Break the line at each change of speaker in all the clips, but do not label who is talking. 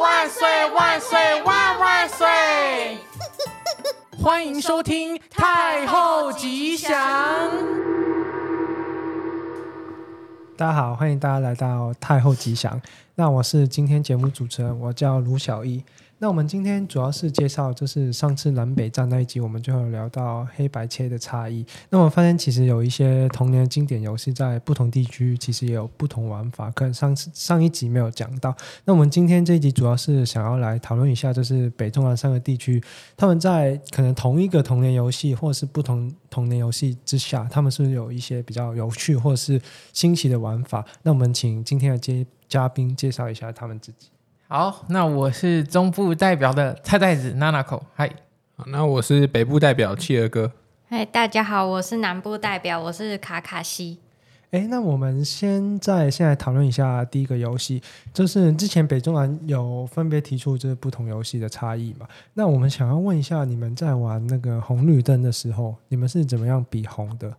万岁万岁万万岁！欢迎收听《太后吉祥》。
大家好，欢迎大家来到太后吉祥。那我是今天节目主持人，我叫卢小艺。那我们今天主要是介绍，就是上次南北战那一集，我们就有聊到黑白切的差异。那我发现其实有一些童年经典游戏，在不同地区其实也有不同玩法，可能上次上一集没有讲到。那我们今天这一集主要是想要来讨论一下，就是北中南三个地区，他们在可能同一个童年游戏，或者是不同童年游戏之下，他们是不是有一些比较有趣或是新奇的玩法。那我们请今天的接嘉宾介绍一下他们自己。
好，那我是中部代表的菜袋子娜娜口，嗨，
好那我是北部代表企鹅哥，
嗨，哎大家好，我是南部代表，我是卡卡西。
哎，那我们先在现在讨论一下第一个游戏，就是之前北中南有分别提出就是不同游戏的差异嘛。那我们想要问一下，你们在玩那个红绿灯的时候，你们是怎么样比红的？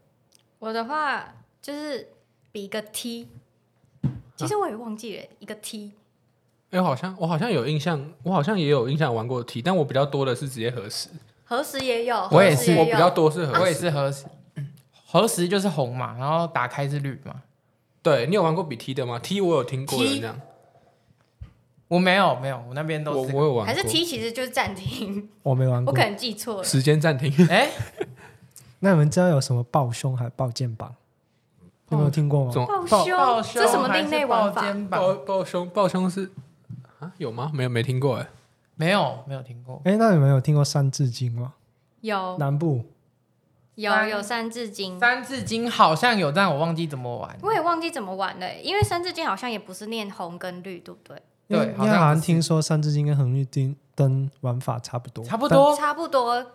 我的话就是比一个 T，其实我也忘记了、一个 T。
哎、我好像我好像有印象，我好像也有印象玩过题，但我比较多的是直接核实，
何时也有，
我也是
何时
我
有
比较多是核实，
我也是核实，核实就是红嘛，然后打开是绿嘛。
对你有玩过比 T 的吗？T 我有听过有
T
这样，
我没有没有，我那边
我
都是。
我有玩过，
还是 T 其实就是暂停，
我没玩
我
过
可。能记错了。
时间 暂停，
哎，
那你们知道有什么抱胸还抱肩膀？你有没有听过吗？
总
报
抱
修
抱，
这什么
还是
另类
抱
玩法？
肩
抱
膀
抱胸抱胸是啊有吗？没有没听过哎、
没有没有听过。
哎，那你们有听过三字经吗？
有
南部
有有三字经，
三字经好像有，但我忘记怎么玩。
我也忘记怎么玩了，因为三字经好像也不是念红跟绿，对不对？
因为
对
因
好
为
像
好
不
像
是
听说三字经跟红绿灯灯玩法差不多，
差不多，
差不多，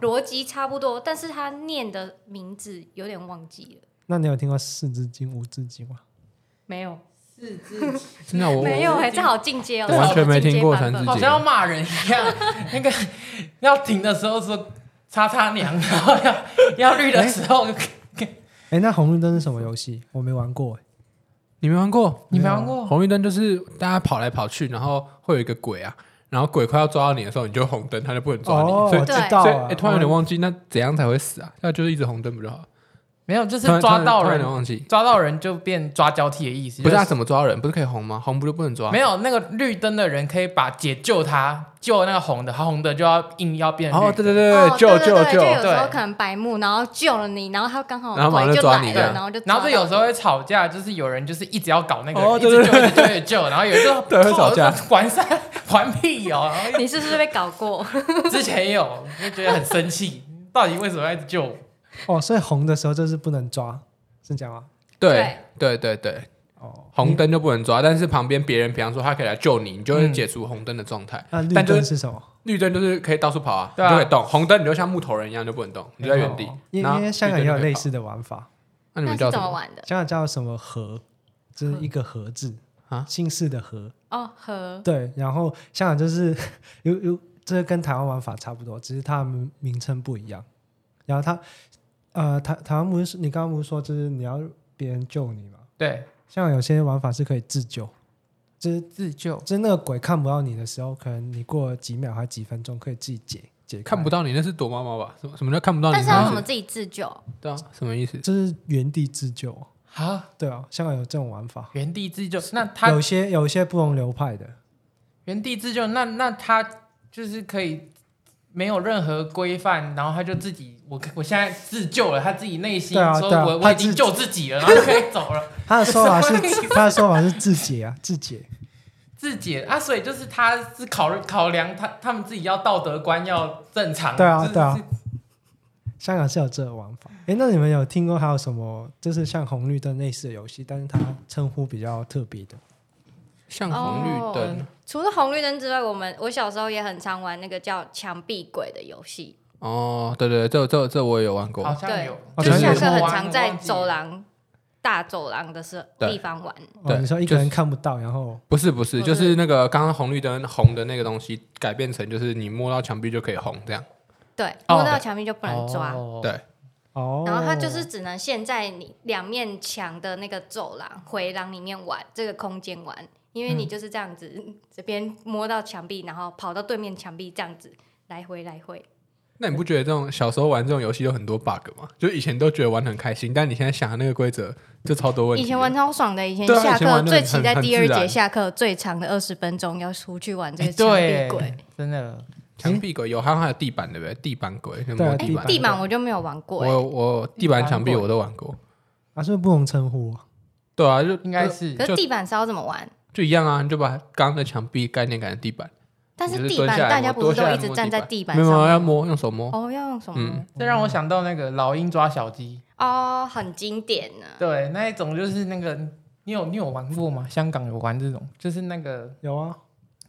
逻辑差不多，但是他念的名字有点忘记了。
那你有听过四字经、五字经吗？
没有，
四字
真的我
没有
我
哎、这好进阶哦，
我哦完全没听过
这好进阶版本哦
三字经
好像要骂人一样。 那个要停的时候说“叉叉娘”， 然后要要绿的时候，
哎，那红绿灯是什么游戏？我没玩过。哎
你没玩过？
你没玩过？
红绿灯就是大家跑来跑去，然后会有一个鬼啊，然后鬼快要抓到你的时候，你就红灯，他就不能抓你，
哦，
所以
我
对
知道
所以
了。
哎、突然有点忘记，那怎样才会死啊？那就是一直红灯不就好了？
没有，就是
突然
抓到
突然突然有
人
点，忘记，
抓到人就变抓交替的意思。
不是
就
啊他怎么抓人？不是可以红吗？红不就不能抓？
没有那个绿灯的人可以把解救他，救那个红的，他红的就要硬要变绿的。
哦，对对对
哦
对，救
对
救
对对就
救！
有时候
对
可能白目，然后救了你，然后他刚好
然后马上
拐就
就抓
来
你这样
了，然后就抓
然后这有
到
时候会吵架，就是有人就是一直要搞那个人，
哦对对
一直救一直救一直救，然后有人就
对会吵架，
还上还屁哦。然
你是不是被搞过？
后之前也有，就觉得很生气， 到底为什么要一直救我？
哦，所以红的时候就是不能抓，是这样吗？
对对对对，
哦，
红灯就不能抓，但是旁边别人，比方说他可以来救你，你就
嗯
会解除红灯的状态。
那绿
但就
灯
是
是什么？
绿灯就是可以到处跑啊，你
对啊
就可以动；红灯你就像木头人一样就不能动，你就在原地
哦。因
然后
因为香港也有类似
绿
的玩法，
灯就可以跑。那你
那
们
是
叫什
怎么
么？
玩的？
香港叫什么和，就是一个和字
啊
姓氏的和。
哦，和
对，然后香港就是 有有，这跟台湾玩法差不多，只是它的名名称不一样。然后它呃，台台湾不是你刚刚不是说就是你要别人救你嘛？
对，
香港有些玩法是可以自救，就是
自救。
就是那个鬼看不到你的时候，可能你过了几秒还几分钟可以自己解解开
看不到你那是躲猫猫吧？什么什么叫看不到你？
但是要
什
怎
么
么
意思
自己自救？
对啊，什么意思？
就是原地自救啊，
好，
对啊，香港有这种玩法。
原地自救。那他
有些有些不同流派的，
原地自救，那那他就是可以没有任何规范，然后他就自己，我我现在自救了，他自己内心
对啊
说
对啊
我
他
我已
自
经救自己了，然后就可以走了，
他的说法是
什么意思
他的说法是自解啊，自解。
自己啊，所以就是他是考虑考量他他们自己要道德观要正常，
对啊
就是
对啊香港是有这个玩法。诶，那你们有听过还有什么就是像红绿灯类似的游戏，但是它称呼比较特别的？
像红绿灯
除了红绿灯之外，我们我小时候也很常玩那个叫墙壁鬼的游戏，
哦，对对，对这这这我也有玩过
好。像
对
有，
哦
就是下
真的
课很常在走廊、大走廊的时
对
地方玩。
哦，
对
你说一
就
个
是
人看不到，然后
不是不是，
不
就是是那个刚刚红绿灯红的那个东西改变成就是你摸到墙壁就可以红这样。
对，
哦
摸到墙壁就不能抓，
哦
对
哦，
然后它就是只能限在你两面墙的那个走廊、回廊里面玩这个空间玩，因为你就是这样子、 这边摸到墙壁，然后跑到对面墙壁这样子来回来回。
那你不觉得这种小时候玩这种游戏有很多 bug 吗？就以前都觉得玩得很开心，但你现在想的那个规则就超多问题
以
的。
前玩超爽的，以前
对啊
下
以前玩
课
得
最
很
期待
很
第二
自然
节下课最长的二十分钟要出去玩这个
哎
墙壁
对
鬼。
真的
墙壁鬼有，还有还有地板对不对？地板鬼，那
对啊
摸
哎、
地板。
地板我就没有玩过、
我
哎
有我有地板墙壁我都玩过。
啊，是不是不同称呼啊？
对啊，就
应该是
可
就是
地板是要怎么玩？
就一样啊，你就把刚刚的墙壁概念改成地板，
但
你
是
就是
地
蹲
板
下来
大家
摸
不是
蹲
都
下
一
来
直
摸
站
地
在
板
地板
没
上
有
吗？
啊要摸用手摸。
哦，要用什么摸？
嗯
这让我想到那个老鹰抓小鸡，
哦，很经典呢、
对，那一种就是那个你有你有玩过吗？香港有玩这种，就是那个
有啊，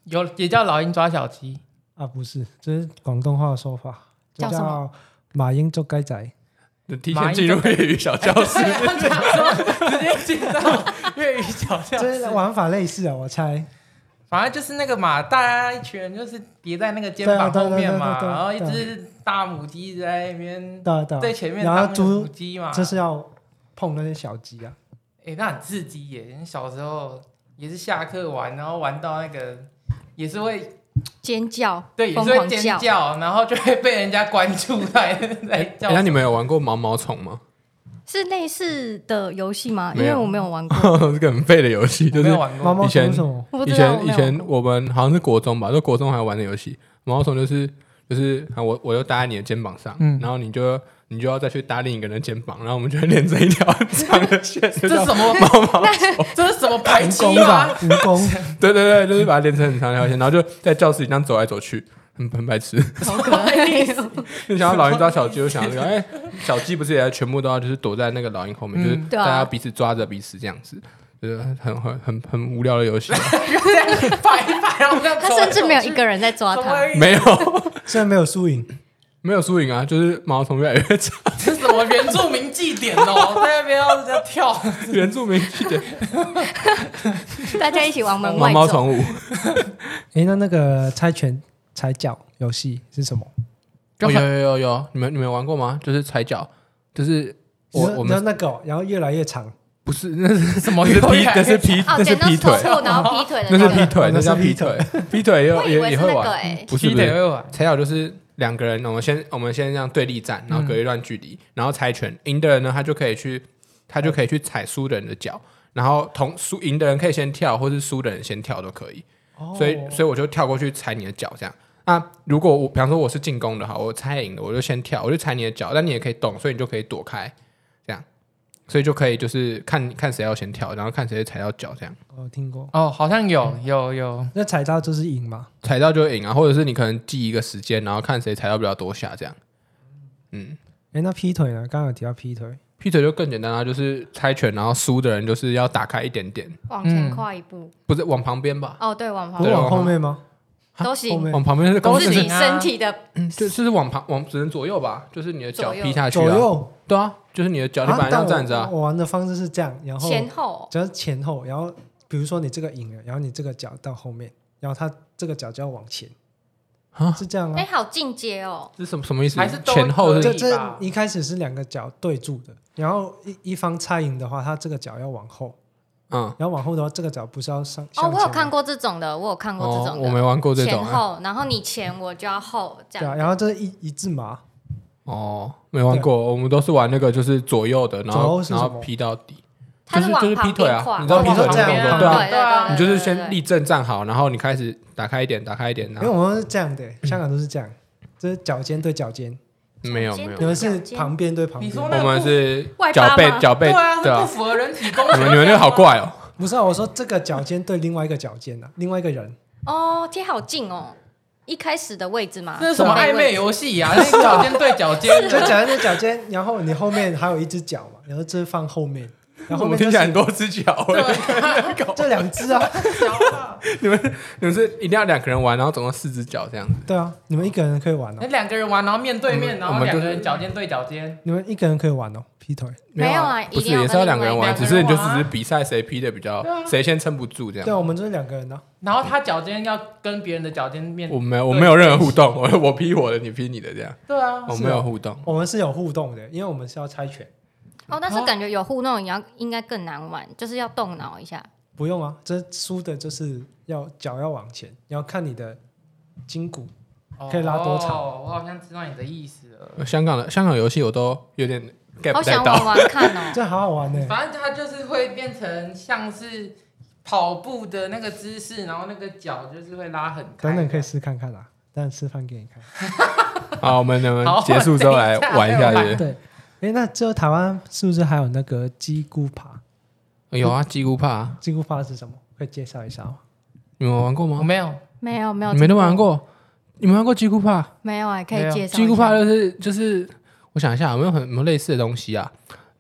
有也叫老鹰抓小鸡，
啊不是，这是广东话的说法，就
叫什么
叫马英捉该 仔。
提前进 入粤语小
哦
教室，
对我想说直接进到粤语小教
这
室
是。玩法类似啊，我猜。
反正就是那个嘛，大家一群人就是叠在那个肩
对啊
膀
对啊
后面
对
嘛，
啊对啊对啊
然后一只大母鸡在那边
对啊对啊
在前面
然后
当那个
猪
母鸡嘛，
这是要碰那些小鸡啊。
哎、那很刺激耶！你小时候也是下课玩，然后玩到那个也是会
尖叫，
对，也
疯
是会
狂
尖叫，然后就会被人家关注在在 叫
哎，那你们有玩过毛毛虫吗？
是类似的游戏吗？因
没有
为我没有玩 过，
这个很废的游戏，就
我没
是
有玩
毛
过，
毛
以
虫
前
是什么？
我不
以
知道
前
我没
以
有玩
前
过。
我们好像是国中吧，就国中还玩的游戏，毛毛虫就是就是啊，我我就搭在你的肩膀上，
嗯
然后你就你就要再去搭另一个人的肩膀，然后我们就会连成一条很长 的线，
这
就
是
叫
什么
毛毛，
这是什么啊排
蜈
挤
蚣吧
吗？，
蜈蚣。
对对对，就是把它连成很长条线，然后就在教室里这样走来走去，很很白痴。
好可 爱哦
就想要老鹰抓小鸡，就想要这个，哎，小鸡不是也全部都要就是躲在那个老鹰后面，
嗯
就是
对啊
大家彼此抓着彼此这样子，就是很很很很无聊的游戏，
摆一摆，然后这样
他
走来
甚至没有一
走
个人在抓
去怎么
他，
会
没有
虽然没有输赢，
没有输赢啊，就是毛虫越来 越长。
这是什么原住民祭典 哦，在那边要人家跳，
原住民去点
大家一起往门
毛
外
毛
走。
虫 舞，
诶，那那个猜拳踩脚游戏是什么？
哦、有有有有，你们你们有玩过吗？就是踩脚，就是我
你说
我
你说
们
那个哦，然后越来越长，
不是那是
什么
那是劈
原
那是劈
哦，
那是
剪刀
劈
石头
腿，
布，然后劈腿的
那是
那
劈
个，
腿，
哦
那
那是
叫
劈
劈腿，劈腿也有
我以
也
为
也
是
会
那个
玩，
哎，
不是
踢
不
的
是
也会玩，
踩脚就是两个人，我们先我们先这样对立站，然后隔一段距离，然后猜拳，赢的人呢他就可以去他就可以去踩输的人的脚，然后同输赢的人可以先跳，或是输的人先跳都可以。所以所以我就跳过去踩你的脚这样。那如果我比方说我是进攻的哈，我猜赢了，我就先跳，我就踩你的脚，但你也可以动，所以你就可以躲开，这样，所以就可以就是看看谁要先跳，然后看谁踩到脚这样。
我听过。
哦，好像有有有，
那踩到就是赢嘛？
踩到就赢啊，或者是你可能记一个时间，然后看谁踩到比较多下这样。嗯，
诶，那劈腿呢？刚刚有提到劈腿，
劈腿就更简单啦、就是猜拳，然后输的人就是要打开一点点，
往前跨一步。
不是往旁边吧，
哦，对，往旁
不是
嗯对啊
往
往
后面吗？
都
后
行，
面
往旁边是
都
公
都
是
是
司
行
你身体的，
就就是往旁往只能左右吧，就是你的脚
左右
劈下去
左
啊，
右，
对啊，就是你的脚，你
啊
本来
但
要
我
站着啊。
我玩的方式是这样，然后
前后
只要前后，然后比如说你这个赢了，然后你这个脚到后面，然后他这个脚就要往前，
啊
是这样
哎，
啊。
好进阶哦，
这是什么什么意思？
还是都
前后
可以
是
这
吧
这一开始是两个脚对住的，然后一一方猜赢的话，他这个脚要往后，
嗯
然后往后的话，这个脚不是要上
哦，我有看
过，
过这种的，我有看过这
哦，
种
我
的，
没玩过这
前
种啊
后，然后你前我就要后，这
对
样
啊，然后这是一一字马，
哦，没玩过，我们都是玩那个就是左右的，然
左
后
右是
然
什
后
么
劈到底，
他
就是
往
就是
旁
劈腿
边
啊
跨，
你知道
往
劈腿
旁
这样
边
子
跨
对
啊
对
啊
对，
你就是
对
先立正站好，然后你开始打开一点，打开一点，
因
然
为
后
我们是这样的，香港都是这样，这是脚尖对脚尖，
没有没
先
有
你，们
脚
是
尖
旁边对旁
你
边，
说那
我们是
外八
脚
吗
背脚背
对啊，
对
这不
啊，
符合人体工
你
学。
们你们那个好 怪哦，
不是啊，我说这个脚尖对另外一个脚尖啊，另外一个人，
哦，贴好近哦，一开始的位置嘛，
这是什么
对
暧昧？游戏啊 呀？那个
啊
脚尖对脚 尖，
就脚尖对脚尖，然后你后面还有一只脚嘛，然后这是放后 面，然后后
我们
面就
听起来很
是
多只脚，欸
这两只啊，
你们你们是一定要两个人玩，然后总共四只脚这样子，
对啊，你们一个人可以玩哦
那，两个人玩，然后面对面，
嗯
然
我
后
们
两
就是
个人脚尖对脚尖，
你们一个人可以玩哦，劈腿，
没有啊
不
一
是
定要
也是要
跟
两个人
另外
玩，
一
只
个
是
人
你就只
玩啊
是比赛谁劈的比较
对啊
谁先撑不住这样
对。啊，我们就是两个人啊，
然后他脚尖要跟别人的脚尖面
我。没有，我没有任何互动，我 我劈我的，你劈你的，这样
对啊，
我
是
没有
哦
互动。
我们是有互动的，因为我们是要猜拳，
哦，但是感觉有互动，你要应该更难玩，就是要动脑一下。
不用啊，这输的就是要脚要往前，要看你的筋骨。可以拉多长
哦我好像知道你的意思了。
呃香港的香港游戏我都有点 get
好
不太
想
到，
玩玩看哦。
这好好玩呢、
反正它就是会变成像是跑步的那个姿势，然后那个脚就是会拉很开。
等等可以试看看啦，等示范给你看。
好，我们能不
好
能结束之后来
等一下
玩一下？
再玩
是不
对，哎，那之后台湾是不是还有那个鸡骨爬？
是？有啊，吉古帕，
鸡骨爬是什么？可以介绍一下吗？
你们玩过
我
吗？
没有，
没有没有，
你们都玩？过？你们玩过吉古帕？
没有哎，可
没
以
有
介绍一下。
吉古帕就是就是，我想一下有没有很有没有类似的东西啊？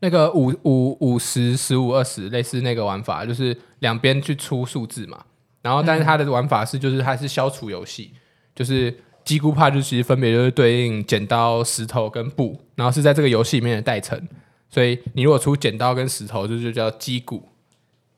那个五五五十十五二十，类似那个玩法，就是两边去出数字嘛。然后，但是它的玩法是，就是它是消除游戏，就是吉古帕，就其实分别就是对应剪刀、石头跟布，然后是在这个游戏里面的代称。所以你如果出剪刀跟石头，就就叫击鼓；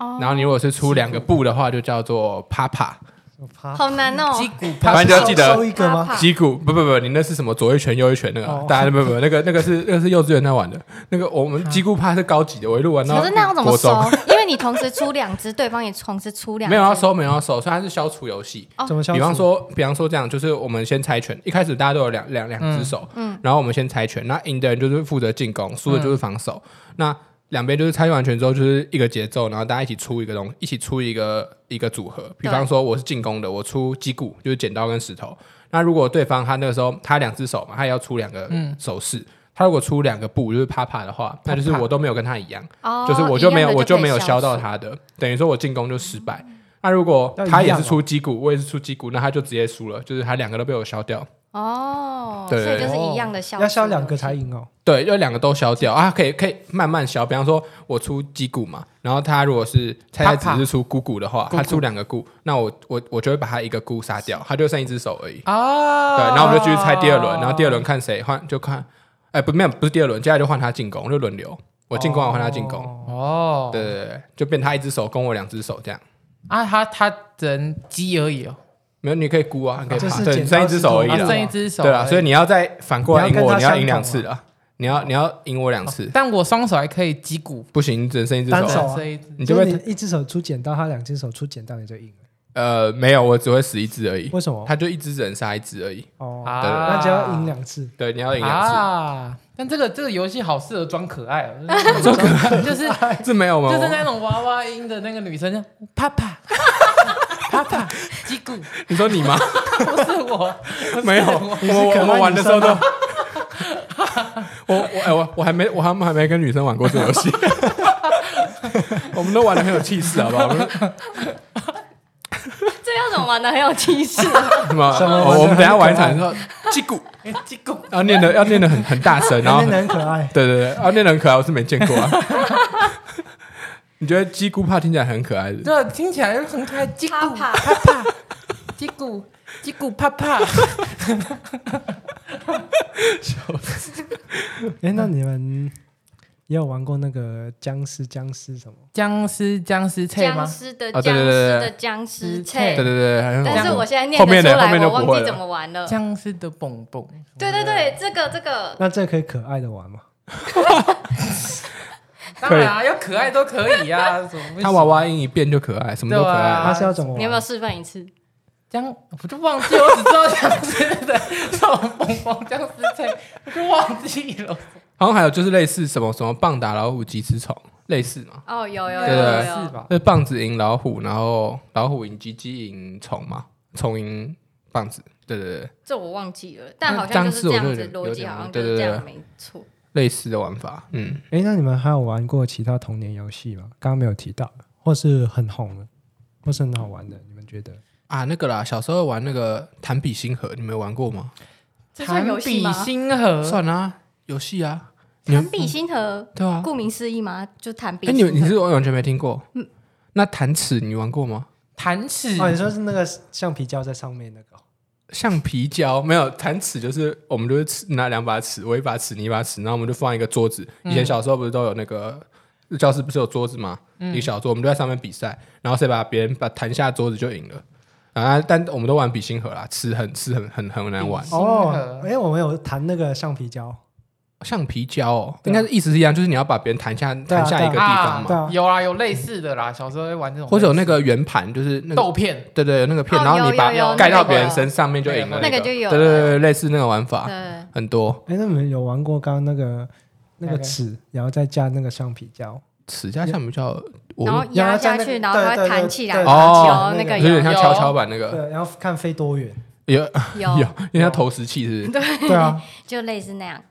哦，
然后你如果是出两个布的话，就叫做啪啪。
我爬，
好难哦。
击鼓
反正就要记得
收一个吗？
啪
击鼓不不不，你那是什么左一拳右一拳那个啊、
哦
大家不不不，那个那个是那个是幼稚园在玩的，那个我们击鼓趴是高级的，我一路玩到
啊可是那要怎么
国
收
中，？
因为你同时出两只，对方也同时出两只，
没有要收没有要收，所以它是消除游戏。
哦
怎么消除？
比方说，比方说这样，就是我们先猜拳，一开始大家都有两两两只手，嗯，然后我们先猜拳，那赢的人就是负责进攻，
嗯
输的就是防守。那两边就是猜完拳之后，就是一个节奏，然后大家一起出一个东一起出一个一个组合。比方说我是进攻的，我出击鼓，就是剪刀跟石头。那如果对方他那个时候他两只手嘛，他也要出两个
嗯
手势。他如果出两个布就是啪啪的话，那就是我都没有跟他一样，
哦，
就是我就没
一
有
样的
我
就
就没有
消
消到。他的，等于说我进攻就失败。那如果
要一
他也
样
是
哦
出击鼓，我也是出击鼓，那他就直接输了，就是他两个都被我消掉。
哦，
对
所以就是一样的消除，
要消两 个才赢哦。
对，要两个都消掉啊，可以可以慢慢消。比方说，我出击鼓嘛，然后他如果是菜
啪
菜
啪
只是出鼓鼓的话，
鼓鼓
他出两个鼓，那我我我就会把他一个鼓杀掉，他就剩一只手而已。
啊。
对，然后我们就继续猜第二轮，然后第二轮看谁换就看，哎、不没有不是第二轮，接下来就换他进攻，就轮流，我进攻完换他进攻，
哦
哦，
对对对，就变他一只手攻我两只手这样。
啊，他他只能击而已哦，
没有，你可以估啊，你可以
就是
爬，对，
剪
你剩一
刀
只
石
手
头
而已
啊，
啦
布。
剩一只手而已。
对啊，所以你要再反过来赢我，
你要跟他
你要
相
赢两
同啊哦
次啊！你要你要赢我两次，
但我双手还可以击鼓，
不行，你只能剩一只
单
手
手啊
啊。
这一只
你就
就是
会
你一只手出剪刀，他两只手出剪刀，你就赢了。
呃没有，我只会死一只而已。
为什么？
他就一只只能杀一只而已。
哦，
啊，
那就要赢两次。
对，你要赢两
啊。但这个这个游戏好适合装可爱 哦，装可爱就是
次，这没有吗？
就是
我
那种娃娃音的那个女生，就 啪啪啪啪击鼓，
你 说你吗？
不是我，
没有，我
你是
我
可爱
我玩
女
的时候
生
都， 我我哎我我还没我还还没跟女生玩过这个游戏， 我们都玩的很有气势，好不好？ 我们
这要怎么玩的很有 气势。
什么
什么玩得
我我们等一下
很
玩一
可爱
场之后，击鼓
击鼓
要念的要念的很很大 声，然后
那很可 爱，
对对对，啊，那人很可爱，我是没见过啊。你觉得鸡骨帕听起来很可爱的？
对，听起来就很可爱，击鼓
啪
啪
啪
啪击鼓击鼓啪啪，
哎，那你们也有玩过那个僵尸僵尸什么？
僵尸僵尸菜
僵
吗？
尸的
啊
僵
对对对
尸
对
的僵尸
对
菜
对对，对，好像
但是
有
我现在
嗯后
念得出
面的后面
来，
就
我
不
忘
会
记怎
了。
么玩了。
僵尸的蹦蹦，
对对对，这个这个
那这可以可爱的玩吗？
当然啊，要可爱都可以 啊，怎么不行
他娃娃音一变就可爱，什么都
对
可
啊
爱。
他是要怎么
你要不要
玩？
示范一次？
僵，我就忘记，我只知道僵尸的那种蹦蹦僵尸菜，我就忘记了。
好像还有就是类似什么什么棒打老虎鸡吃虫，类似嘛，
哦，有有
对
有有
对
是
有，
吧？
就是棒子赢老虎，然后老虎赢鸡，鸡赢虫嘛，虫赢棒子。对对对，
这我忘记了，但好像
僵
就
尸
是这样
我就
子
有点
逻辑，
有点
好像
对
就
对
是这
对
样，没错。
类似的玩法。嗯，
哎，那你们还有玩过其他童年游戏吗？刚刚没有提到，或是很红的，或是很好玩的，你们觉得？
啊，那个啦，小时候玩那个弹笔星盒，你们有玩过吗？
这算游戏吗
弹笔星河，
算啊，游戏啊，你
呃弹
们
笔心盒，
对啊。
顾名思义嘛，就弹笔
哎，你
心
你
盒。
是完全没听过？
嗯
那弹尺你玩过吗？
弹尺
哦，你说是那个橡皮胶在上面那个哦？
橡皮胶没有弹尺，就是我们就是尺拿两把尺，我一把尺，你一把尺，然后我们就放一个桌子。
嗯
以前小时候不是都有那个教室不是有桌子吗？
嗯
一个小桌，我们就在上面比赛，然后谁把别人把弹下桌子就赢了。啊，但我们都玩比
嗯
心盒啦，尺很尺很很很难玩
比。星河啊
哦，哎，我们有弹那个橡皮胶，
橡皮胶哦，
对
应
啊
该是意思是一样，就是你要把别人弹下
对啊
弹下一个地
对
方
对
嘛，
啊
有啦，有类似的啦，小时候会玩这种类似，
或者有那个圆盘，就是那个
豆片，
对对有那个片，
哦
然后
有
你把
有有
盖到
那个
别人身上面就赢了，
那
个
个
就有
对对对
了
对，类似那个玩法
对，
很多，
哎，那你们有玩过刚刚那个那
哪
个
个
尺，然后再加那个橡皮胶？
此家橡皮胶，我
然后压下去，然后它会弹起来，
对
然
对
后那
对对
个
有点
有
像
有
跷跷板那个，
对，然后看飞多远？
有有
有，，
因为它投石器是不是，
对啊，
就类似那样。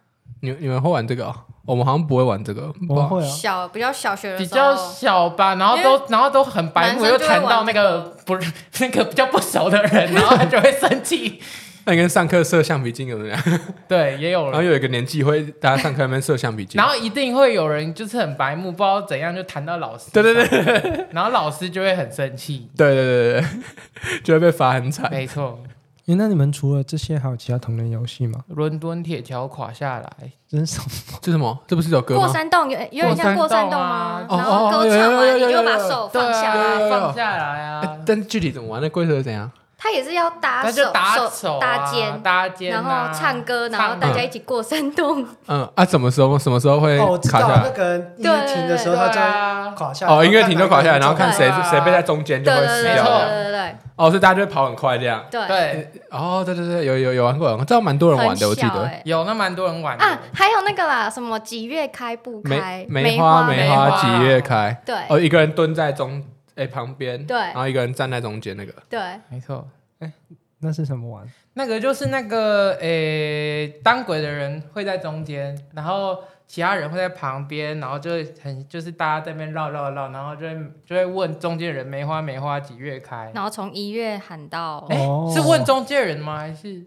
你你们会玩这个哦？我们好像不会玩这个，
我
不
们
好
会啊，
小比较小学的
比
时候
较，小吧，然后都然后都很白目，
男
又
生就会
传到
玩
那
这
个不 是那个比较不熟的人，然后他就会生气。
那你跟上课射橡皮筋有没有？
对，也有
然后
人，
有一个年纪会大家上课那边射橡皮筋
然，后一定会有人就是很白目，不知道怎样就谈到老师，
对对对对
然后老师就会很生气。
对对对对，就会被罚很惨。
没错，
诶那你们除了这些，还有其他同人游戏吗？
伦敦铁桥垮下来，
真是
这什么？这不是有歌
过
吗？
山洞有有点像
过
过
山
山
洞
洞
啊
吗？
哦
然后
哦
歌
有
唱
有有
完，你
有
就把
有
手
对
放下
啊，
来，
放下来啊
哎，但具体怎么玩？那规则是怎样？
他也是要搭
哎
那就
手
打
手
手
搭
啊
肩，
搭肩
然
啊，
后唱歌，然后
唱
大家一起过山洞。
嗯啊，什么时候什么时候会
哦，我知
卡
道
下
那
来？
个音乐停的时候，
对
它就会
啊，
垮下来。
哦，音乐停就垮下来，然后看谁
对啊
谁被在中 间就
对
会
对
死
对对
掉
没错
这样。
对对
哦，所以大家就会跑很快这样。
对对，
对，
哦，对对对，有有有玩过，玩过，这样蛮多人玩
很
的，我记
小
得。
欸
有那蛮多人玩的
啊，还有那个啦，什么几月开不开
梅？梅花梅
梅
花
花
几月开？
对
哦，一个人蹲在中哎旁边，
对
然后一个人站在中间那个。
对，
没错。
那是什么玩？
那个就是那个诶、当鬼的人会在中间，然后其他人会在旁边，然后就很就是大家在那边绕绕绕，然后就会就会问中间人梅花梅花几月开？
然后从一月喊到
哎、
哦
是问中间人吗？还是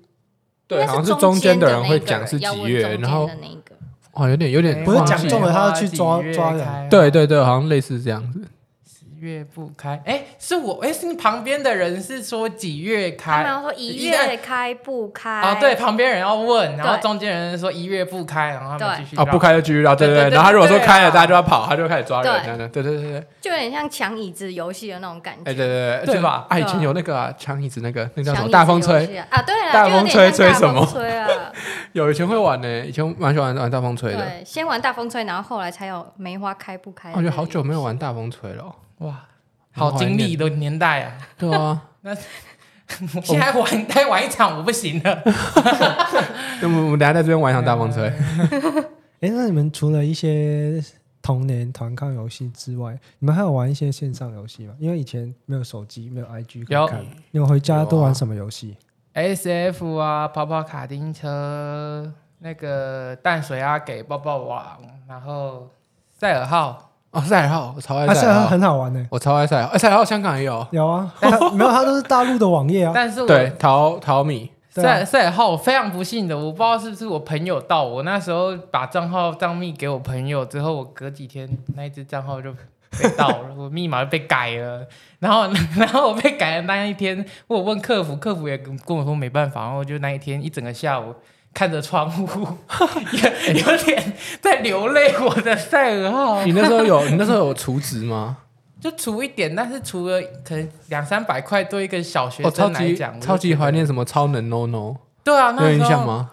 对，
应
好
该
像
是
中间
的
人
那
会
个
讲是
要
几
问
月，
中
然
间
后
的那一个
哦，有点有点
不是
忘
讲
记
中
了
了文他要去抓抓人
对对对，好像类似这样子。
十月不开，哎、是我哎、是你旁边的人是说几月
他们
开？
要说一
一月
月开不开？
啊
哦，对，旁边人要问，然后
对
中间人说一月不开，然后他们继续
哦，
绕
不开就继续绕，对
对
对。
对对
然后他如果说
对啊
开了，大家就要跑，他就开始抓人，
对
这样的。对对对对，哎
就有点像抢椅子游戏的那种感觉。
哎对对
对
对吧？啊，以前
对
有那个啊抢椅子那个，那叫什
抢椅
么
子
大风
游
吹？
戏啊啊，对啊，
大
就有
风
点
吹
像
吹
大
什
风
么
吹啊，
有以前会玩呢，以前蛮喜欢玩玩大风吹的。啊
对，先玩大风吹，然后后来才有梅花开不开。
我觉得好久没有玩大风吹了哦。
哇，好经历的年代啊！
对啊，
我现在玩再玩一场我不行了。
那我们我们等一下在这边玩一场大风吹。
哎，那你们除了一些童年团抗游戏之外，你们还有玩一些线上游戏吗？因为以前没有手机，没有 IG 可以
有
看，你们回家都
有啊
玩什么游戏？
S F 啊，跑跑卡丁车，那个淡水阿给抱抱网，然后赛尔号，
哦，赛尔号，我超爱
啊，
赛
是
尔
很
号，
很好玩的，
我超爱赛尔号。哎，赛尔号香港也有，
有啊， 它没有，它都是大陆的网页啊。
但是我
对，淘淘米。
对啊
赛赛尔号我非常不幸的，我不知道是不是我朋友盗我，那时候把账号账密给我朋友之后，我隔几天那一只账号就。被盗了，我密码就被改了， 然后然后我被改的那一天，我有问客服，客服也跟跟我说没办法，然后我就那一天一整个下午看着窗户， 有有点在流泪，我的赛尔号。
你那时候有，你那时候有储值吗？
就除一点，但是除了可能两三百块，对一个小学
哦，超
生来
级
讲，我就
超级
觉得
怀。念什么超能 no no，
对啊，
有
那
印
时
象
候
吗？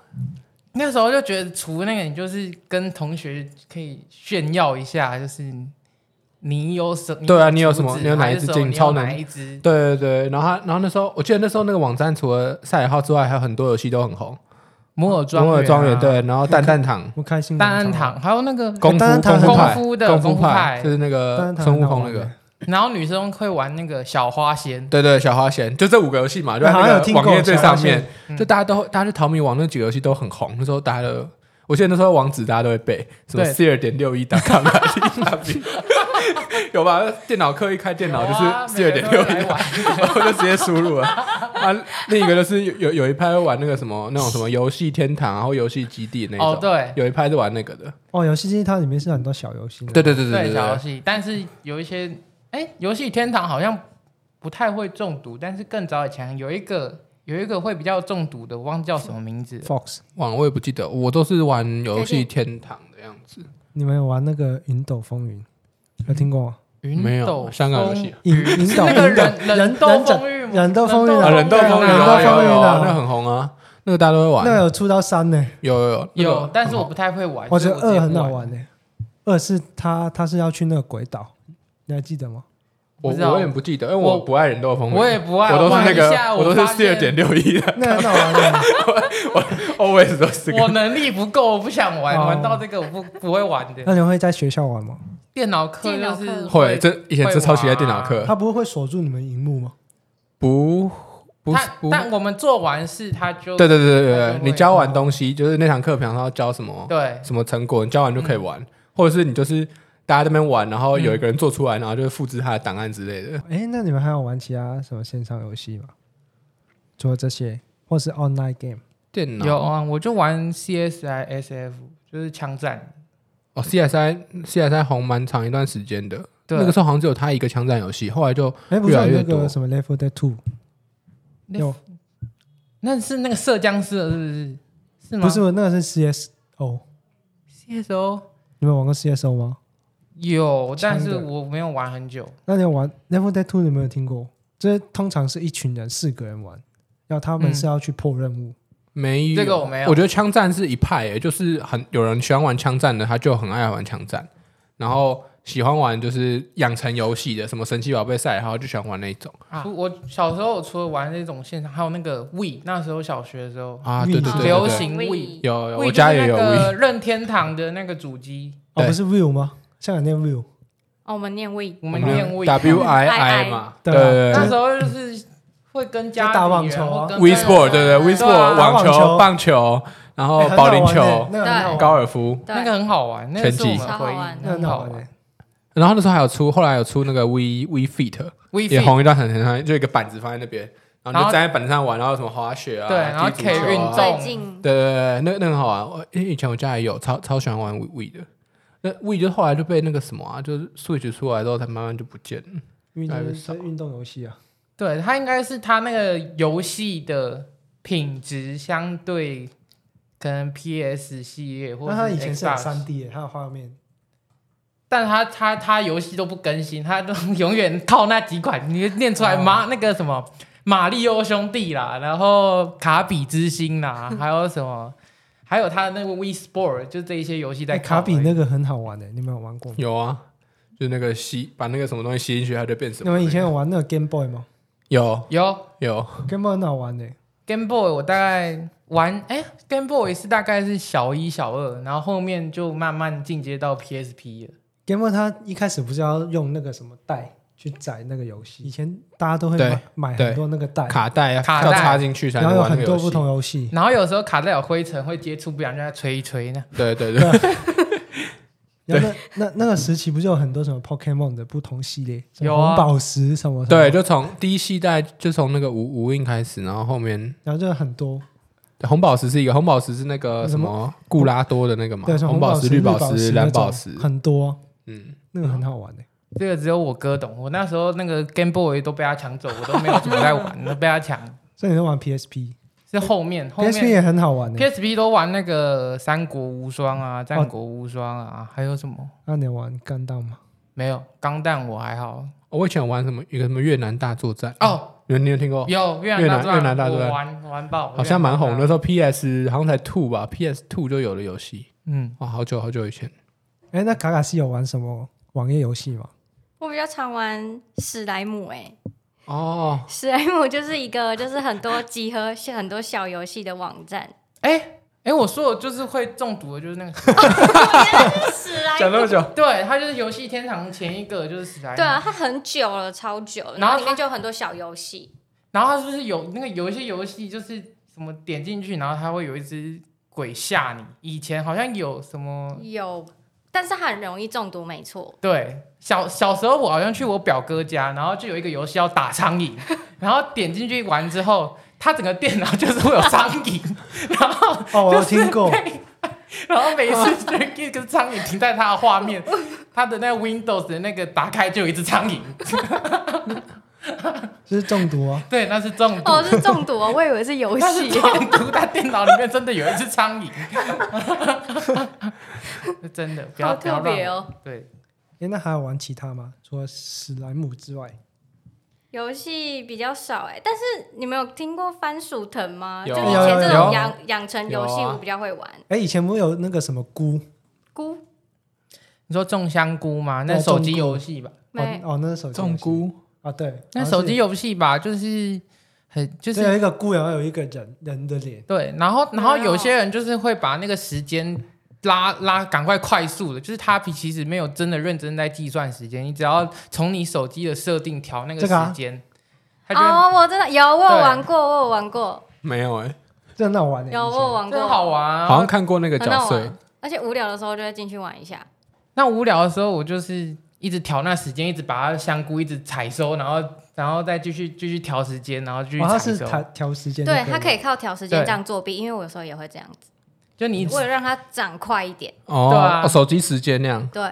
那时候就觉得除那个，你就是跟同学可以炫耀一下，就是你有什
对啊你有
竹
什么
子
你有哪
还
一
是
只
什么
进
你有
超
哪
能
一只？
对对对，然后他然后那时候我记得那时候那个网站除了赛尔号之外，还有很多游戏都很红，
摩尔庄
摩尔庄园
园啊，
对，然后蛋蛋堂、
不开心农
蛋
场。
安堂，还有那个，
功 夫
蛋蛋堂
夫
很
功
派、
夫的
功
功夫
派
派
就是
蛋
那个
蛋堂
孙悟
很好
空那
玩
个
欸，
然后女生会玩那个小花仙，
对对，小花仙，就这五个游戏嘛，就在
好像
那
有
个
听
网
过
页最
小花
上面，
仙
就大家都大家去淘米网那几个游戏都很红，那时候大家都。我记得那时候网址大家都会背，什么
对
C 二点六一打卡马里卡比，有吧？电脑课一开电脑就
有啊
是 C 二
每个
点
都
六
来
一
玩
我就直接输入了。啊，另一个就是有有有一派会玩那个什么那种什么游戏天堂，然后游戏基地那种。
哦，对
有一派是玩那个的。
哦，游戏机它里面是很多小游戏的。
对对对
对
对
小游戏，但是有一些哎，游戏天堂好像不太会中毒，但是更早以前有一个有一个会比较中毒的，我忘记叫什么名字了。
，Fox，
网我也不记得，我都是玩游戏天堂的样子。
你们有玩那个《云斗风云》？有听过吗？
云
没有
斗
香港游
风
戏
云
云
云
是
斗
那个
云斗
人人
人
斗
人
风云吗，
人斗风云
啊，
啊
人斗风云
人斗
啊，
风
有
云
有有
啊
那很红啊。那个大家都会玩，
那有出到三呢，
有有有那个
有，但是我
很好
不太会玩。
哦我觉
所以
得
我直
二
接
很
不
好玩呢。二是他他是要去那个鬼岛，你还记得 吗？
我
不知道
我有点不记得，因为我
我
不爱人豆风
我也不爱，
我都是那
玩一下
个，
我
都是
发
四
现
二点六一的
那很好玩的。
，always 都是这
我
个。
能力不够，我不想玩，
哦
玩到这个我不不会玩的。
那你会在学校玩吗？
电脑课就是
会，这以前
会
这超期待
玩
电脑课，
他不会会锁住你们荧幕吗？
不不
他
不，
但我们做完事他就
对对对对对
他，就
你
会
教完东西，就是那堂课，比方说要教什么
对嗯
什么成果，你教完就可以玩，或者是你就是大家这边玩，然后有一个人做出来，然后就复制他的档案之类的。
哎，那你们还有玩其他什么线上游戏吗？除了这些，或是 online game？
电脑
有啊，我就玩 CSI SF，就是枪战。
哦，CSI CSI 红蛮长一段时间的，
对，
那个时候好像只有他一个枪战游戏，后来就
哎，不
越
是
来
有
越
那
多
个什么 Level Day Two，
那
有
那是那个射僵尸了，是不是？是吗？
不是那个是 CSO，
CSO
你们玩过 CSO 吗？
有，但
枪
是
的
我没有玩很久。
那你有玩 Level Day Two 你有没有听过？这通常是一群人四个人玩，然后他们
嗯
是要去破任务。
没有哦
这个我没有
我觉得枪战是一派、欸，就是很有人喜欢玩枪战的，他就很爱玩枪战，然后喜欢玩就是养成游戏的，什么神奇宝贝赛，然后就喜欢玩那种
啊、我小时候除了玩那种线上，还有那个 We，那时候小学的时候
啊，
嗯
对对对对对
流行
对
We，
有有，
Wii
我家也有
就是那
Wii，
个任天堂的那个主机，
哦，
对
不是 View 吗？香港那 View，
哦，我们念 we，
我们念 We。
W I I
WII
嘛，对
对
对
那
对
时候就是会跟家里
打
人
网球啊
或跟
，We Sport 对
对
对 We
啊
Sport
打
网
网
球、
球
棒球，然后
哎很
保
好
龄
玩
球
欸、那个很好玩
高尔夫，
对
那个很好玩，那个是我们的回忆，
那个
很
很
好
好玩欸
玩。。
然后那时候还有出，后来有出那个 We We Fit，
We
也
Fit
红一段很很长，就一个板子放在那边，然后你
然
就
后
站在板子上玩，然后什么滑雪啊，
对然后
踢足球啊
K 运动
最近
对对对，那那很好玩。我因为以前我家也有，超超喜欢玩 We 的。那 We 就后来就被那个什么啊，就是 Switch 出来之后，它慢慢就不见
嗯
了。
运
越来越
动
少
是运动游戏啊，
对，它应该是它那个游戏的品质相对可能 PS 系列或
那它
者
以前是有三
3
D 的，它有画面。
但它它它游戏都不更新，它都永远套那几款，你念出来
哦
马、那个什么马里奥兄弟啦，然后卡比之星啦，还有什么，还有它的那个 We Sport，就这一些游戏在
哎，
靠而
卡
已、
比那个很好玩的，你们有玩过吗？
有啊，就是那个吸把那个什么东西吸进去，它就变什
你
么那个。
们以前有玩那个 Game Boy 吗
有
有
有
？Game Boy 很好玩的，
Game Boy，我大概玩哎、g a m e Boy 是大概是小一小二，然后后面就慢慢进阶到 PSP 了。
Game Boy 它一开始不是要用那个什么带去载那个游戏？以前大家都会
对
买买
对
很多那个带，
卡带啊，
卡
要
带
插进去才
然后
能
有
玩那
很
个
多
游戏
不。同游戏。
然后有时候卡带有灰尘会接触，不然就在吹一吹呢。
对对对，
然后那那那个时期不是有很多什么 Pokemon 的不同系列，什么
有啊
红宝石什么什么
对，，就从第一系代就从那个无无印开始，然后后面
然后就很多，
红宝石是一个，红宝石是那个什
什么
么固拉多的那个嘛
对，，什么
红
红
宝
宝
绿宝
宝
石、
那
蓝
种
宝石，
很多，
嗯，
那个很好玩的。欸
这个只有我哥懂，我那时候那个 Game Boy 都被他抢走，我都没有怎么在玩，都被他抢。
所以你都玩 PSP，PSP
是后面后面
也很好玩欸的。
PSP 都玩那个《三国无双》
哦
啊，《战国无双》啊，还有什么？
那你有玩干到吗？
没有，钢弹我还好。
哦我以前有玩什么一个什么越南大作战，
哦，
你有你有听过？
有越
越
南
南
大
越南大
作
作
战，
战
我玩玩爆，
好像蛮红的。那
的。
时候 PS 好像才 Two 吧，PS Two 就有了游戏，
嗯，
哇，好久好久以前。
哎，那卡卡西有玩什么网页游戏吗？
我比较常玩史莱姆、哎，
哦，
史莱姆就是一个就是很多集合很多小游戏的网站。
哎哎，我说我就是会中毒的，就是那 个，
史莱
讲那么久，
对，它就是游戏天堂前一个就是史莱姆。
对啊，它很久了，超久了，
然
然
后
后里面就有很多小游戏，
然后它是不是有那个有一些游戏就是什么点进去，然后它会有一只鬼吓你？以前好像有什么
有，但是它很容易中毒，没错。
对，小小时候我好像去我表哥家，然后就有一个游戏要打苍蝇， 然后点进去玩之后，他整个电脑就是会有苍蝇， 然后
哦，我有
就是
听过，
被然后每次就一个苍蝇停在他的 画面，他的那个 Windows 的那个打开就有一只苍蝇，
就是中毒啊。
对，那是中毒，
哦，是中毒 哦，我以为是游
那是
戏。
中毒，他电脑里面真的有一只苍蝇， 真的不要
好
不要
特
乱
别
玩，
哦！
对，
哎，那还有玩其他吗？除了史莱姆之外，
游戏比较少哎、但是你们有听过番薯藤吗？
有
就
啊
以前这
有啊有
种
啊
养养成游戏，
有啊
我比较会玩。
哎，以前不是有那个什么菇？
菇
你说种香菇吗？那
哦
手
种
机
菇
游戏吧，
哦
没
哦，那是手机游戏
种菇
啊，对，
那手机
有
游戏吧，就是很就
就是有
是
一个菇，然后有一个人人的脸，
对，然后然后
没有
有些人就是会把那个时间拉拉，赶快快速的，就是他其实没有真的认真在计算时间，你只要从你手机的设定调那个
这个啊
时间，他就会
哦，我真的有，我有
对
玩过，我有玩过，
没有哎，
这很好玩欸的。
有我有玩
真
过，
好玩
好像
啊。
看过那个
很
角
好
色
玩，。而且无聊的时候就会进去玩一下。
那无聊的时候，我就是一直调那时间，一直把它香菇一直采收，然后然后再继续继续调时间，然后继续
哦，它
采
是
收。
调调时间，
对，它可。以靠调时间
对
这样作弊，因为我有时候也会这样子，
就你
为了让它长快一点。
哦，
对啊
哦手机时间那样。
对，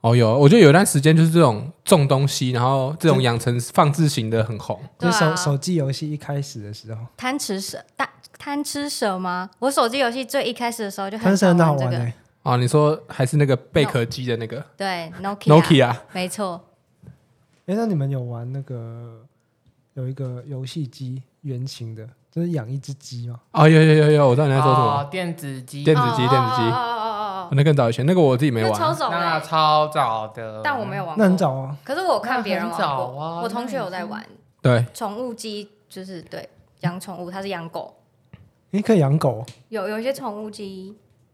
哦，有，我觉得有一段时间就是这种种东西，然后这种养成放置型的很红。
就
对
是手、
啊
手机游戏一开始的时候，
贪吃蛇，大贪吃蛇吗？我手机游戏最一开始的时候就
它
很
是
喜欢
很好
这
玩欸的、
个，
哦，你说还是那个贝壳机的那个
对 Nokia，,
Nokia
没错，
哎，那你们有玩那个有一个游戏机圆形的，就是养一只鸡嘛？
哦，有有有有，我知道你在说什么
哦，。电子鸡
电子鸡
哦
电子鸡
哦哦哦哦
哦
哦哦，
那更早以前，那个我自己没
那超
玩。啊
爽的
那
欸，
超早的，
但我没有玩，
那很，早啊，
可是我看别人玩
那
过
很早啊，
我同学有在玩
对，
宠物鸡，就是对养宠物，他是养狗，
你可以养狗哦，
有有一些宠物鸡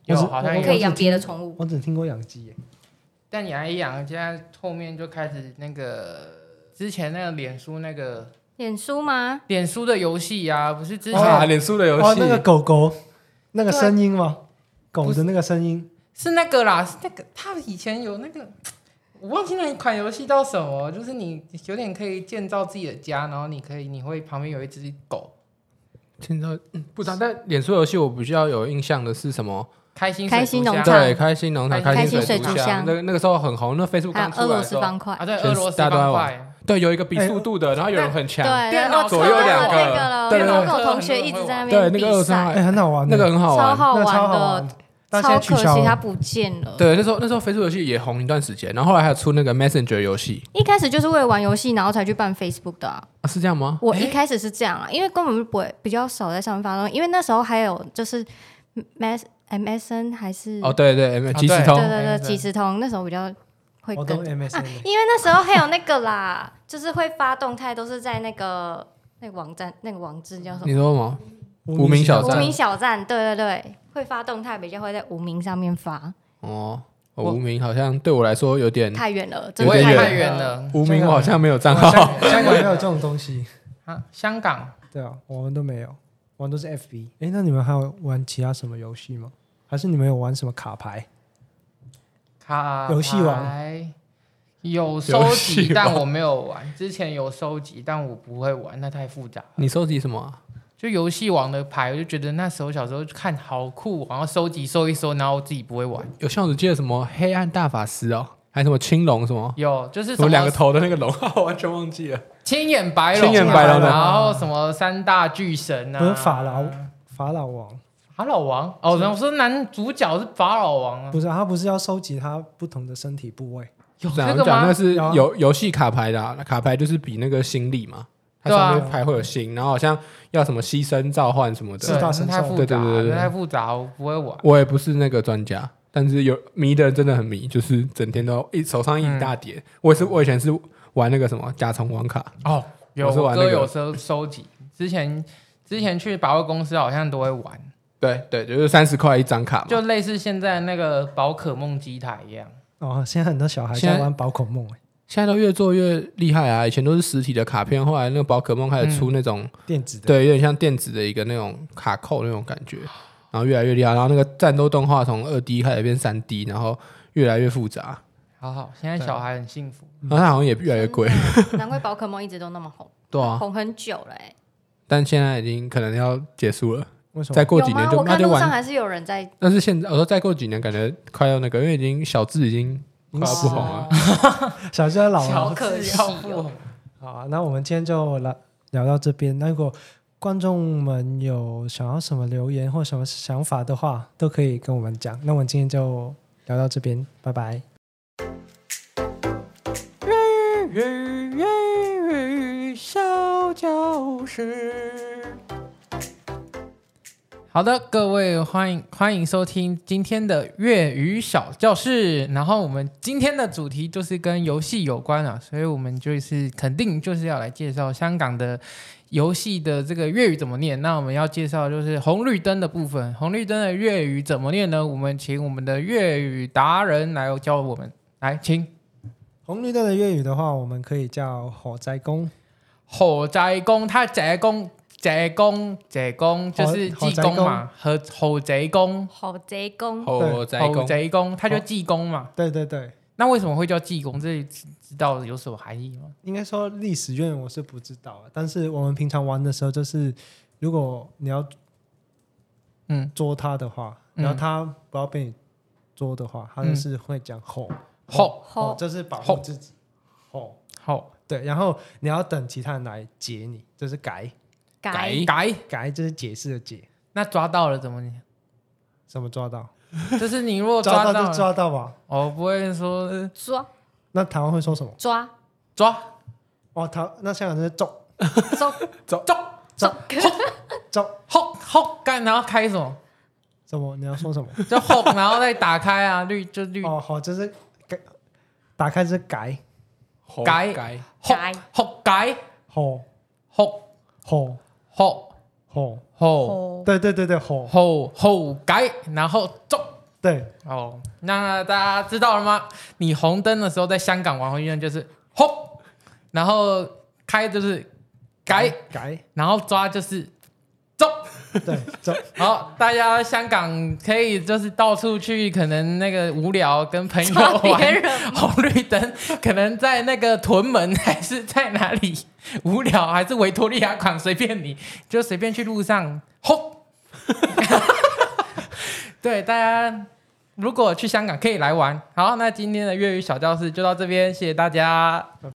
有
我只
好像
我
有
可以养别的宠物，
我只听过养鸡耶。
但养一养，现在后面就开始那个之前那个脸书那个
脸书吗？
脸书的游戏啊，不是之前、
啊，脸书的游
哦，
戏
那个狗狗那个
对
声音吗？狗
不
的那个声音，
是那个啦，是那个他以前有那个。我忘记那一款游戏叫什么，就是你有点可以建造自己的家，然后你可以你会旁边有一只狗，
现在嗯不知道，但脸书游戏我比较有印象的是什么？
开心
开心
水族
农
箱啊
场
对，开心农场、
开
心
心
水
族
族箱
那个那个时候很红，那 Facebook
还有
刚出来
俄罗
的
斯
时候，
方块，
啊，对，
全
俄罗斯
大家都在
方
玩
块，
对，有一个比哎速度的，然后有人很强，
对，
电
然
脑
后
左右
看到
两个
那个了，
对对
然后
对
跟我同学一直在那
对，
边
那
比
个二三
赛，
哎，很好玩的，
那个很好
超
玩。
好
那超
玩
好
的
玩，，但现
超
在取
可
消
惜它
了。
不见了。
对，那时候那时候 Facebook 游戏也红一段时间，然后后来还有出那个 Messenger 游戏
一开始就是为了玩游戏，然后才去办 Facebook 的啊、
啊，是这样吗？
我一开始是这样啊，因为根本不会比较少在上面发东西，因为那时候还有就是 Mass MSN 还是、
哦，对对，即时
对
通
嗯对对对
MSN
即时通，那时候比较会
我
跟
都，MSN 的
因为那时候还有那个啦，就是会发动态都是在那个那个网站那个网志叫什么
你？说什么？无
无
名小
无
站
名小站，对对对，会发动态比较会在无名上面发，
哦，
我
哦无名好像对我来说有点，
太远了，真
有
的
我也
点
太
太
远
了。
了
无名我好像没有账
哇
号。
香香港没有这种东西，
啊，香港
对啊，我们都没有，玩都是 FB。哎，那你们还有玩其他什么游戏吗？还是你们有玩什么卡牌？
卡
游戏王
牌有
游
收
戏
集，但我没有玩。之前有收集，但我不会玩，那太复杂。
你收集什么啊？
就游戏王的牌，我就觉得那时候小时候看好酷，然后收集收一收，然后我自己不会玩。
有像我记得什么黑暗大法师哦，还有什么青龙什么，
有就是
什
什
么
么
两个头的那个龙， 我完全忘记了。
青眼白龙，啊
青眼啊
白龙的
然后什么三大巨神啊，
不是法老法老王
法老王哦，然后我说男主角是法老王啊，
不是啊，他不是要收集他不同的身体部位？
有
怎
这
样
个
讲？那
吗？
是
有啊
游游戏卡牌的啊、卡牌就是比那个心力嘛，它
对啊
上面牌会有心，然后好像要什么牺牲召唤什么
对
四
的。
大
那
神兽
太复杂
对对对
了，
对对
那太复杂，我不会玩。
我也不是那个专家，但是有迷的人真的很迷，就是整天都一手上一大叠。我也是，我以前是玩那个什么甲虫网卡，
哦，有
我是
我
玩那
哥
个
有收收集，之前之前去百货公司好像都会玩，
对对，就是三十块一张卡嘛。
就类似现在那个宝可梦机台一样。
哦，现在很多小孩
现
在
在
玩宝可梦、哎，
现在都越做越厉害啊！以前都是实体的卡片，后来那个宝可梦开始出那种
电子的。
对，有点像电子的一个那种卡扣那种感觉，然后越来越厉害，然后那个战斗动画从二 D 开始变三 D，然后越来越复杂，
好好，现在小孩很幸福。
嗯
然后它好像也越来越贵，
真 的难怪宝可梦一直都那么红，
对啊，
红很久了、欸。
但现在已经可能要结束了，
为什么
再？过几
有
年
吗？
就
我
那
看
就
路上
完。
还是有人在
但是现在我说再过几年，感觉快要那个，因为已经小智已经快要不红啊了。
小时候老了
小
好可惜
智
哦
要富
好啊，那我们今天就聊聊到这边。那如果观众们有想要什么留言或什么想法的话，都可以跟我们讲。那我们今天就聊到这边，拜拜。
日日日日
都是。
好的，各位欢迎欢迎收听今天的粤语小教室。然后我们今天的主题就是跟游戏有关啊，所以我们就是肯定就是要来介绍香港的游戏的这个粤语怎么念。那我们要介绍就是红绿灯的部分，红绿灯的粤语怎么念呢？我们请我们的粤语达人来教我们。来，请
红绿灯的粤语的话，我们可以叫火灾公，
火仔公，他仔公。贼公，贼公就是
猴
济公嘛，和猴贼公，
好贼公，
猴仔
猴
公，
贼公，他就
猴
济公嘛。
对对对，
那为什么会叫济公？这知知道有什么含义吗？
应该说历史渊源我是不知道啊，但是我们平常玩的时候，就是如果你要
嗯，
捉它的话，
嗯
然后它不要被你捉的话，它就是会讲吼
吼
吼，
好
就是保护
吼
自己吼。
吼
对，然后你要等其他人来解你，这是改
改
改，
改，这是解释的解，
那抓到了怎么念？
什么抓到？
就是你如果
抓
哦抓
到
到
就
了，
抓到吧。
哦，不会说
抓
那台湾会说什么？
抓
抓
哦，台那香港人是揍
抓
走走
抓，
揍
吼吼干，然后开什么？
什么？你要说什么？
就吼，然后再打开啊，绿就绿
哦，好，这是改，打开这是改
猴
改
改
吼
改
吼改
吼
吼
吼
吼
吼，
吼
哦，
对对对对吼，
吼吼改，然后走。
对
哦，那大家知道了吗？你红灯的时候，在香港玩红绿灯就是吼，然后开就是改，
改
然后抓就是走。
对揍，
好，大家香港可以就是到处去，可能那个无聊跟朋友
抓别
玩
人，
红绿灯，可能在那个屯门还是在哪里无聊，还是维多利亚港，随便你就随便去路上吼。对，大家如果去香港可以来玩。好，那今天的粤语小教室就到这边，谢谢大家。
拜